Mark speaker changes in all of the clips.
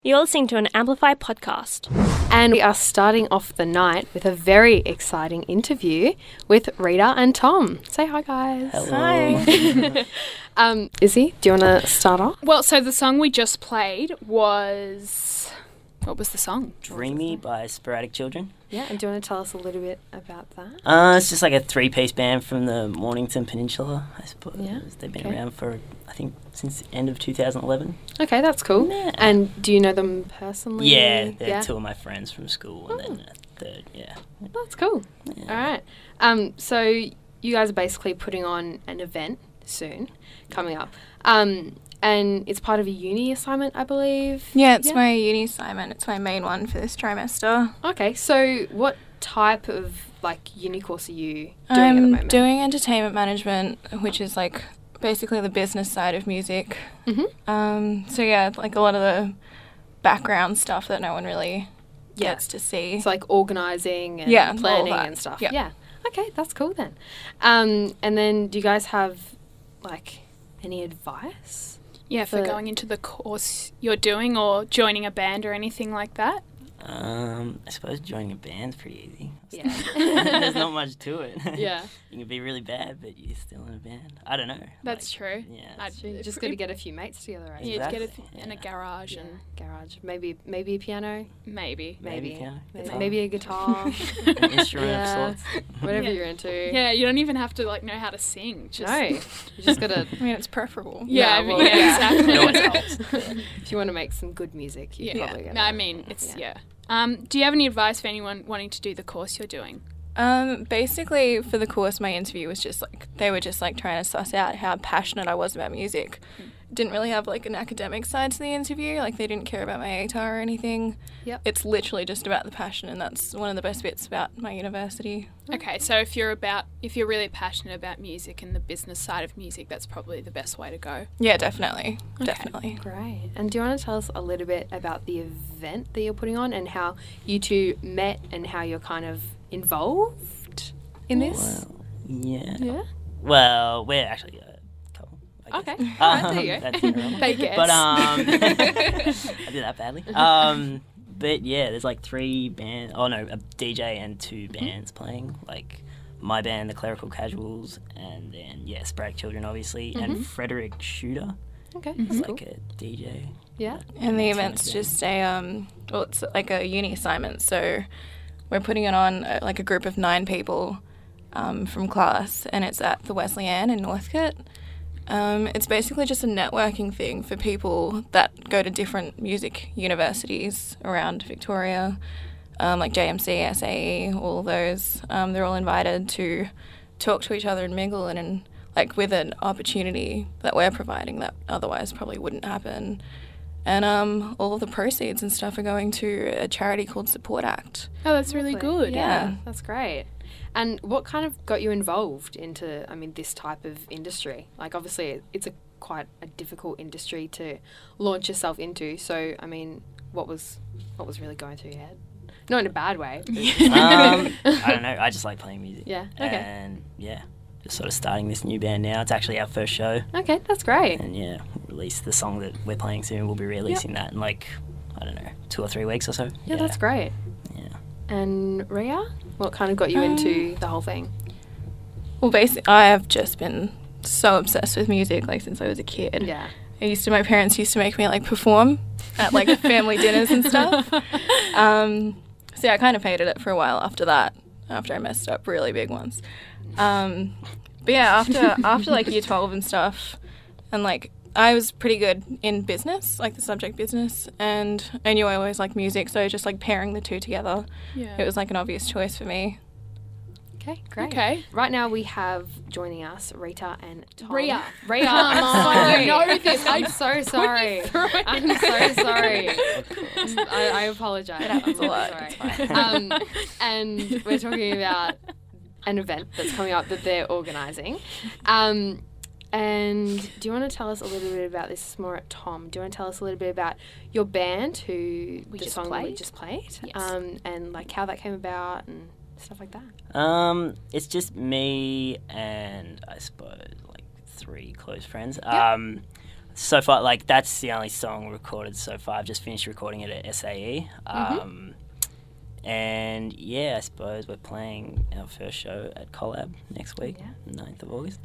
Speaker 1: You're listening to an Amplify podcast.
Speaker 2: And we are starting off the night with a very exciting interview with Rita and Tom. Say hi, guys.
Speaker 1: Hi.
Speaker 2: Um, Izzy, do you want to start off?
Speaker 3: Well, so the song we just played was. What was the song?
Speaker 4: Dreamy by Sporadic Children.
Speaker 2: Yeah, and do you want to tell us a little bit about that?
Speaker 4: Uh, it's just like a three piece band from the Mornington Peninsula, I suppose.
Speaker 2: Yeah,
Speaker 4: They've been
Speaker 2: okay.
Speaker 4: around for, I think, since the end of 2011.
Speaker 2: Okay, that's cool.
Speaker 4: Yeah.
Speaker 2: And do you know them personally?
Speaker 4: yeah, they're two of my friends from school, and
Speaker 2: Oh.
Speaker 4: then a third, yeah.
Speaker 2: That's cool.
Speaker 4: Yeah.
Speaker 2: All right. Um, so you guys are basically putting on an event soon, coming up. Um, and it's part of a uni assignment, I believe.
Speaker 5: Yeah, it's
Speaker 2: Yeah.
Speaker 5: my uni assignment. It's my main one for this trimester.
Speaker 2: Okay, so what type of like uni course are you doing at the
Speaker 5: I'm
Speaker 2: moment?
Speaker 5: doing entertainment management, which is like basically the business side of music.
Speaker 2: Mhm.
Speaker 5: Um, so yeah, like a lot of the background stuff that no one really
Speaker 2: Yeah.
Speaker 5: gets to see.
Speaker 2: It's like organising and
Speaker 5: Yeah, all
Speaker 2: planning
Speaker 5: that.
Speaker 2: and stuff.
Speaker 5: Yeah.
Speaker 2: Yeah. Okay, that's cool then. Um, and then do you guys have like any advice?
Speaker 3: Yeah, for
Speaker 2: The-
Speaker 3: going into the course you're doing or joining a band or anything like that.
Speaker 4: Um, I suppose joining a band's pretty easy.
Speaker 2: Yeah.
Speaker 4: There's not much to it.
Speaker 2: Yeah.
Speaker 4: you can be really bad, but you're still in a band. I don't know.
Speaker 3: That's true.
Speaker 4: true. Yeah.
Speaker 3: I'd-
Speaker 4: it's-
Speaker 2: So you just got to get a few mates together, right?
Speaker 3: Yeah, you'd get it
Speaker 4: Exactly,
Speaker 3: in a
Speaker 4: yeah.
Speaker 3: garage
Speaker 2: Yeah.
Speaker 3: and
Speaker 2: Garage, maybe maybe a piano,
Speaker 3: maybe.
Speaker 4: Maybe
Speaker 2: maybe
Speaker 4: piano,
Speaker 2: maybe,
Speaker 4: guitar.
Speaker 2: maybe a guitar,
Speaker 4: An instrument
Speaker 2: Yeah.
Speaker 4: of sorts.
Speaker 2: whatever
Speaker 3: Yeah.
Speaker 2: you're into.
Speaker 3: Yeah, you don't even have to like know how to sing. Just
Speaker 2: no, you just got to.
Speaker 5: I mean, it's preferable.
Speaker 3: Yeah, I
Speaker 2: No,
Speaker 3: mean,
Speaker 2: well,
Speaker 3: yeah,
Speaker 2: yeah.
Speaker 3: exactly.
Speaker 4: No one helps. but-
Speaker 2: if you want to make some good music, you
Speaker 3: Yeah.
Speaker 2: probably got
Speaker 3: No, I mean, it's yeah. Um, do you have any advice for anyone wanting to do the course you're doing?
Speaker 5: Um, basically, for the course, my interview was just like they were just like trying to suss out how passionate I was about music. Didn't really have like an academic side to the interview. Like they didn't care about my ATAR or anything.
Speaker 2: Yep.
Speaker 5: It's literally just about the passion, and that's one of the best bits about my university.
Speaker 3: Okay, so if you're about if you're really passionate about music and the business side of music, that's probably the best way to go.
Speaker 5: Yeah, definitely, definitely.
Speaker 2: Great. And do you want to tell us a little bit about the event that you're putting on and how you two met and how you're kind of involved in this?
Speaker 4: Well, yeah.
Speaker 2: Yeah.
Speaker 4: Well, we're actually uh, a couple. I guess.
Speaker 2: Okay.
Speaker 4: Um,
Speaker 2: Alright, there you go.
Speaker 4: That's irrelevant.
Speaker 3: They guess.
Speaker 4: But um, I did that badly. Um, but yeah, there's like three band. Oh no, a DJ and two
Speaker 2: Mm-hmm.
Speaker 4: bands playing. Like my band, the Clerical Casuals, and then yeah, Sprague Children, obviously, and Frederick Shooter,
Speaker 2: Okay.
Speaker 4: who's
Speaker 2: Mm-hmm. That's cool.
Speaker 4: like a DJ.
Speaker 2: Yeah.
Speaker 5: And the
Speaker 4: That's
Speaker 5: event's
Speaker 4: amazing.
Speaker 5: just a um, well, it's like a uni assignment, so we're putting it on uh, like a group of nine people um, from class, and it's at the Wesleyan in Northcote. Um, it's basically just a networking thing for people that go to different music universities around Victoria, um, like JMC, SAE, E, all those. Um, they're all invited to talk to each other and mingle and, and like with an opportunity that we're providing that otherwise probably wouldn't happen. And um, all of the proceeds and stuff are going to a charity called Support Act.
Speaker 3: Oh, that's really
Speaker 2: Lovely.
Speaker 3: good.
Speaker 2: Yeah.
Speaker 5: Yeah.
Speaker 2: That's great. And what kind of got you involved into, I mean, this type of industry? Like, obviously, it's a quite a difficult industry to launch yourself into. So, I mean, what was what was really going through your head? Not in a bad way. but-
Speaker 4: um, I don't know. I just like playing music.
Speaker 2: Yeah, okay.
Speaker 4: And yeah, just sort of starting this new band now. It's actually our first show.
Speaker 2: Okay, that's great.
Speaker 4: and yeah, release the song that we're playing soon. We'll be releasing that in like I don't know, two or three weeks or so.
Speaker 2: Yeah, that's great.
Speaker 4: Yeah.
Speaker 2: And Ria, what kind of got you into the whole thing?
Speaker 5: Well, basically, I have just been so obsessed with music like since I was a kid.
Speaker 2: Yeah.
Speaker 5: I used to, my parents used to make me like perform at like family dinners and stuff. Um, so yeah, I kind of hated it for a while after that, after I messed up really big ones. Um, but yeah, after after like year twelve and stuff, and like I was pretty good in business, like the subject business, and I knew I always liked music, so just like pairing the two together,
Speaker 3: Yeah.
Speaker 5: it was like an obvious choice for me.
Speaker 2: Okay, great.
Speaker 3: Okay.
Speaker 2: Right now we have joining us Rita and Tom.
Speaker 3: Rhea.
Speaker 2: Rita.
Speaker 3: Come on,
Speaker 2: sorry.
Speaker 3: you know this.
Speaker 2: I'm so sorry. I'm so sorry. I, I apologize. It
Speaker 5: happens a
Speaker 2: I'm really
Speaker 5: lot.
Speaker 2: sorry.
Speaker 5: It's
Speaker 2: Um, and we're talking about an event that's coming up that they're organising. Um, and do you want to tell us a little bit about this? is More at Tom. Do you want to tell us a little bit about your band, who the
Speaker 3: just
Speaker 2: song that we
Speaker 3: played?
Speaker 2: just played,
Speaker 3: Yes.
Speaker 2: um, and like how that came about and stuff like that?
Speaker 4: Um, it's just me and I suppose like three close friends. Um, so far, like that's the only song recorded so far. I've just finished recording it at SAE. Um, And yeah, I suppose we're playing our first show at Collab next week, ninth 9th of August.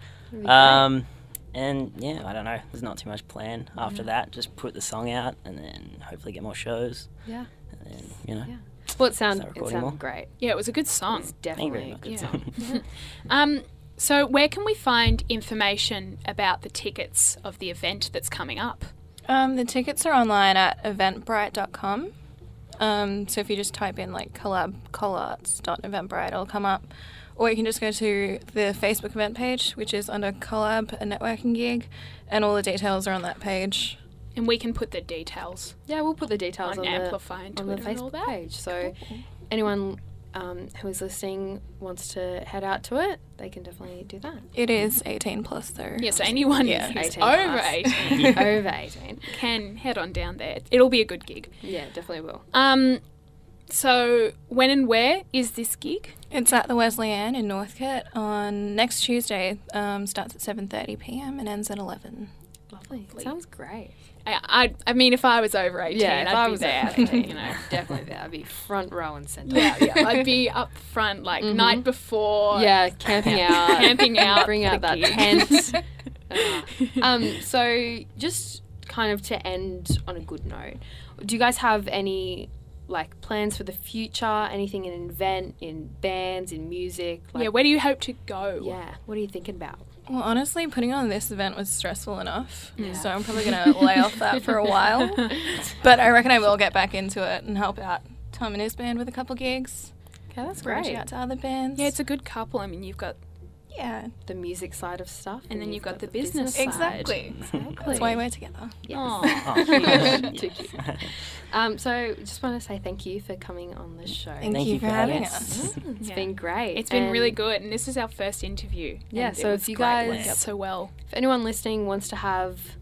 Speaker 4: Um, and yeah, I don't know. There's not too much plan after that. Just put the song out and then hopefully get more shows.
Speaker 2: Yeah.
Speaker 4: And then, you know,
Speaker 2: Yeah. Well, it sound
Speaker 4: Start
Speaker 2: it
Speaker 4: recording
Speaker 2: sounded
Speaker 4: more. Oh,
Speaker 2: great.
Speaker 3: Yeah, it was a good song.
Speaker 2: It's
Speaker 4: thank you
Speaker 2: definitely
Speaker 4: very
Speaker 2: a
Speaker 4: much.
Speaker 2: good
Speaker 3: yeah.
Speaker 2: song.
Speaker 3: Um, so, where can we find information about the tickets of the event that's coming up?
Speaker 5: Um, the tickets are online at eventbrite.com. Um, so if you just type in like collab collarts.eventbrite, it'll come up. Or you can just go to the Facebook event page, which is under collab a networking gig, and all the details are on that page.
Speaker 3: And we can put the details
Speaker 2: Yeah, we'll put the details
Speaker 3: on
Speaker 2: on,
Speaker 3: Amplify and
Speaker 2: the, on the
Speaker 3: Twitter and all
Speaker 2: Facebook
Speaker 3: that.
Speaker 2: page. So anyone um, who is listening wants to head out to it, they can definitely do that.
Speaker 5: It is 18 plus though.
Speaker 3: Yes, anyone
Speaker 5: Yeah.
Speaker 3: who's
Speaker 2: 18
Speaker 3: over
Speaker 2: plus.
Speaker 3: 18
Speaker 2: Over 18.
Speaker 3: can head on down there. It'll be a good gig.
Speaker 2: Yeah, definitely will.
Speaker 3: Um, so, when and where is this gig?
Speaker 5: It's at the Wesleyan in Northcote on next Tuesday. Um, starts at 7:30 p.m. and ends at 11.
Speaker 2: Lovely. Sounds great.
Speaker 3: I, I, I mean, if I was over 18, I'd
Speaker 2: I
Speaker 3: be
Speaker 2: was
Speaker 3: there.
Speaker 2: over 18,
Speaker 3: you know.
Speaker 2: definitely there. I'd be front row and centre.
Speaker 3: Yeah, yeah. I'd be up front like night before.
Speaker 2: Mm-hmm. Yeah, camping out,
Speaker 3: Camping out
Speaker 2: bring
Speaker 3: the
Speaker 2: out that
Speaker 3: gig.
Speaker 2: tent. um, so just kind of to end on a good note, do you guys have any like plans for the future? Anything in invent, in bands, in music? Like,
Speaker 3: Yeah, where do you hope to go?
Speaker 2: yeah. What are you thinking about?
Speaker 5: Well, honestly, putting on this event was stressful enough,
Speaker 2: Yeah.
Speaker 5: so I'm probably gonna lay off that for a while. But I reckon I will get back into it and help out Tom and his band with a couple gigs.
Speaker 2: Okay, that's
Speaker 5: Reaching out to other bands.
Speaker 3: Yeah, it's a good couple. I mean, you've got
Speaker 5: yeah,
Speaker 2: The music side of stuff,
Speaker 3: And then you've got the business
Speaker 2: side.
Speaker 5: exactly. That's why we're together.
Speaker 2: Yes.
Speaker 3: Aw.
Speaker 4: Oh,
Speaker 2: Cute.
Speaker 4: yeah.
Speaker 2: Too cute. Um, so just want to say thank you for coming on the show.
Speaker 5: Thank,
Speaker 4: Thank
Speaker 5: you,
Speaker 4: you
Speaker 5: for
Speaker 4: for having
Speaker 5: having
Speaker 4: us.
Speaker 5: us.
Speaker 2: It's
Speaker 3: Yeah.
Speaker 2: been great.
Speaker 3: It's been really
Speaker 2: And
Speaker 3: good, and this is our first interview.
Speaker 2: Yeah,
Speaker 3: and it
Speaker 2: so if
Speaker 3: was
Speaker 2: you
Speaker 3: great. It
Speaker 2: guys-
Speaker 3: worked out so well,
Speaker 2: If anyone listening wants to have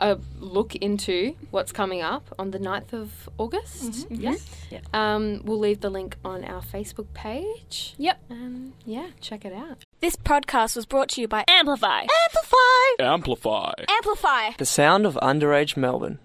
Speaker 2: a look into what's coming up on the 9th of August,
Speaker 3: Mm-hmm.
Speaker 4: Yes. Yeah.
Speaker 2: um, we'll leave the link on our Facebook page.
Speaker 3: Yep.
Speaker 2: Um, yeah, check it out.
Speaker 1: This podcast was brought to you by Amplify.
Speaker 6: Amplify.
Speaker 1: Amplify.
Speaker 7: The sound of underage Melbourne.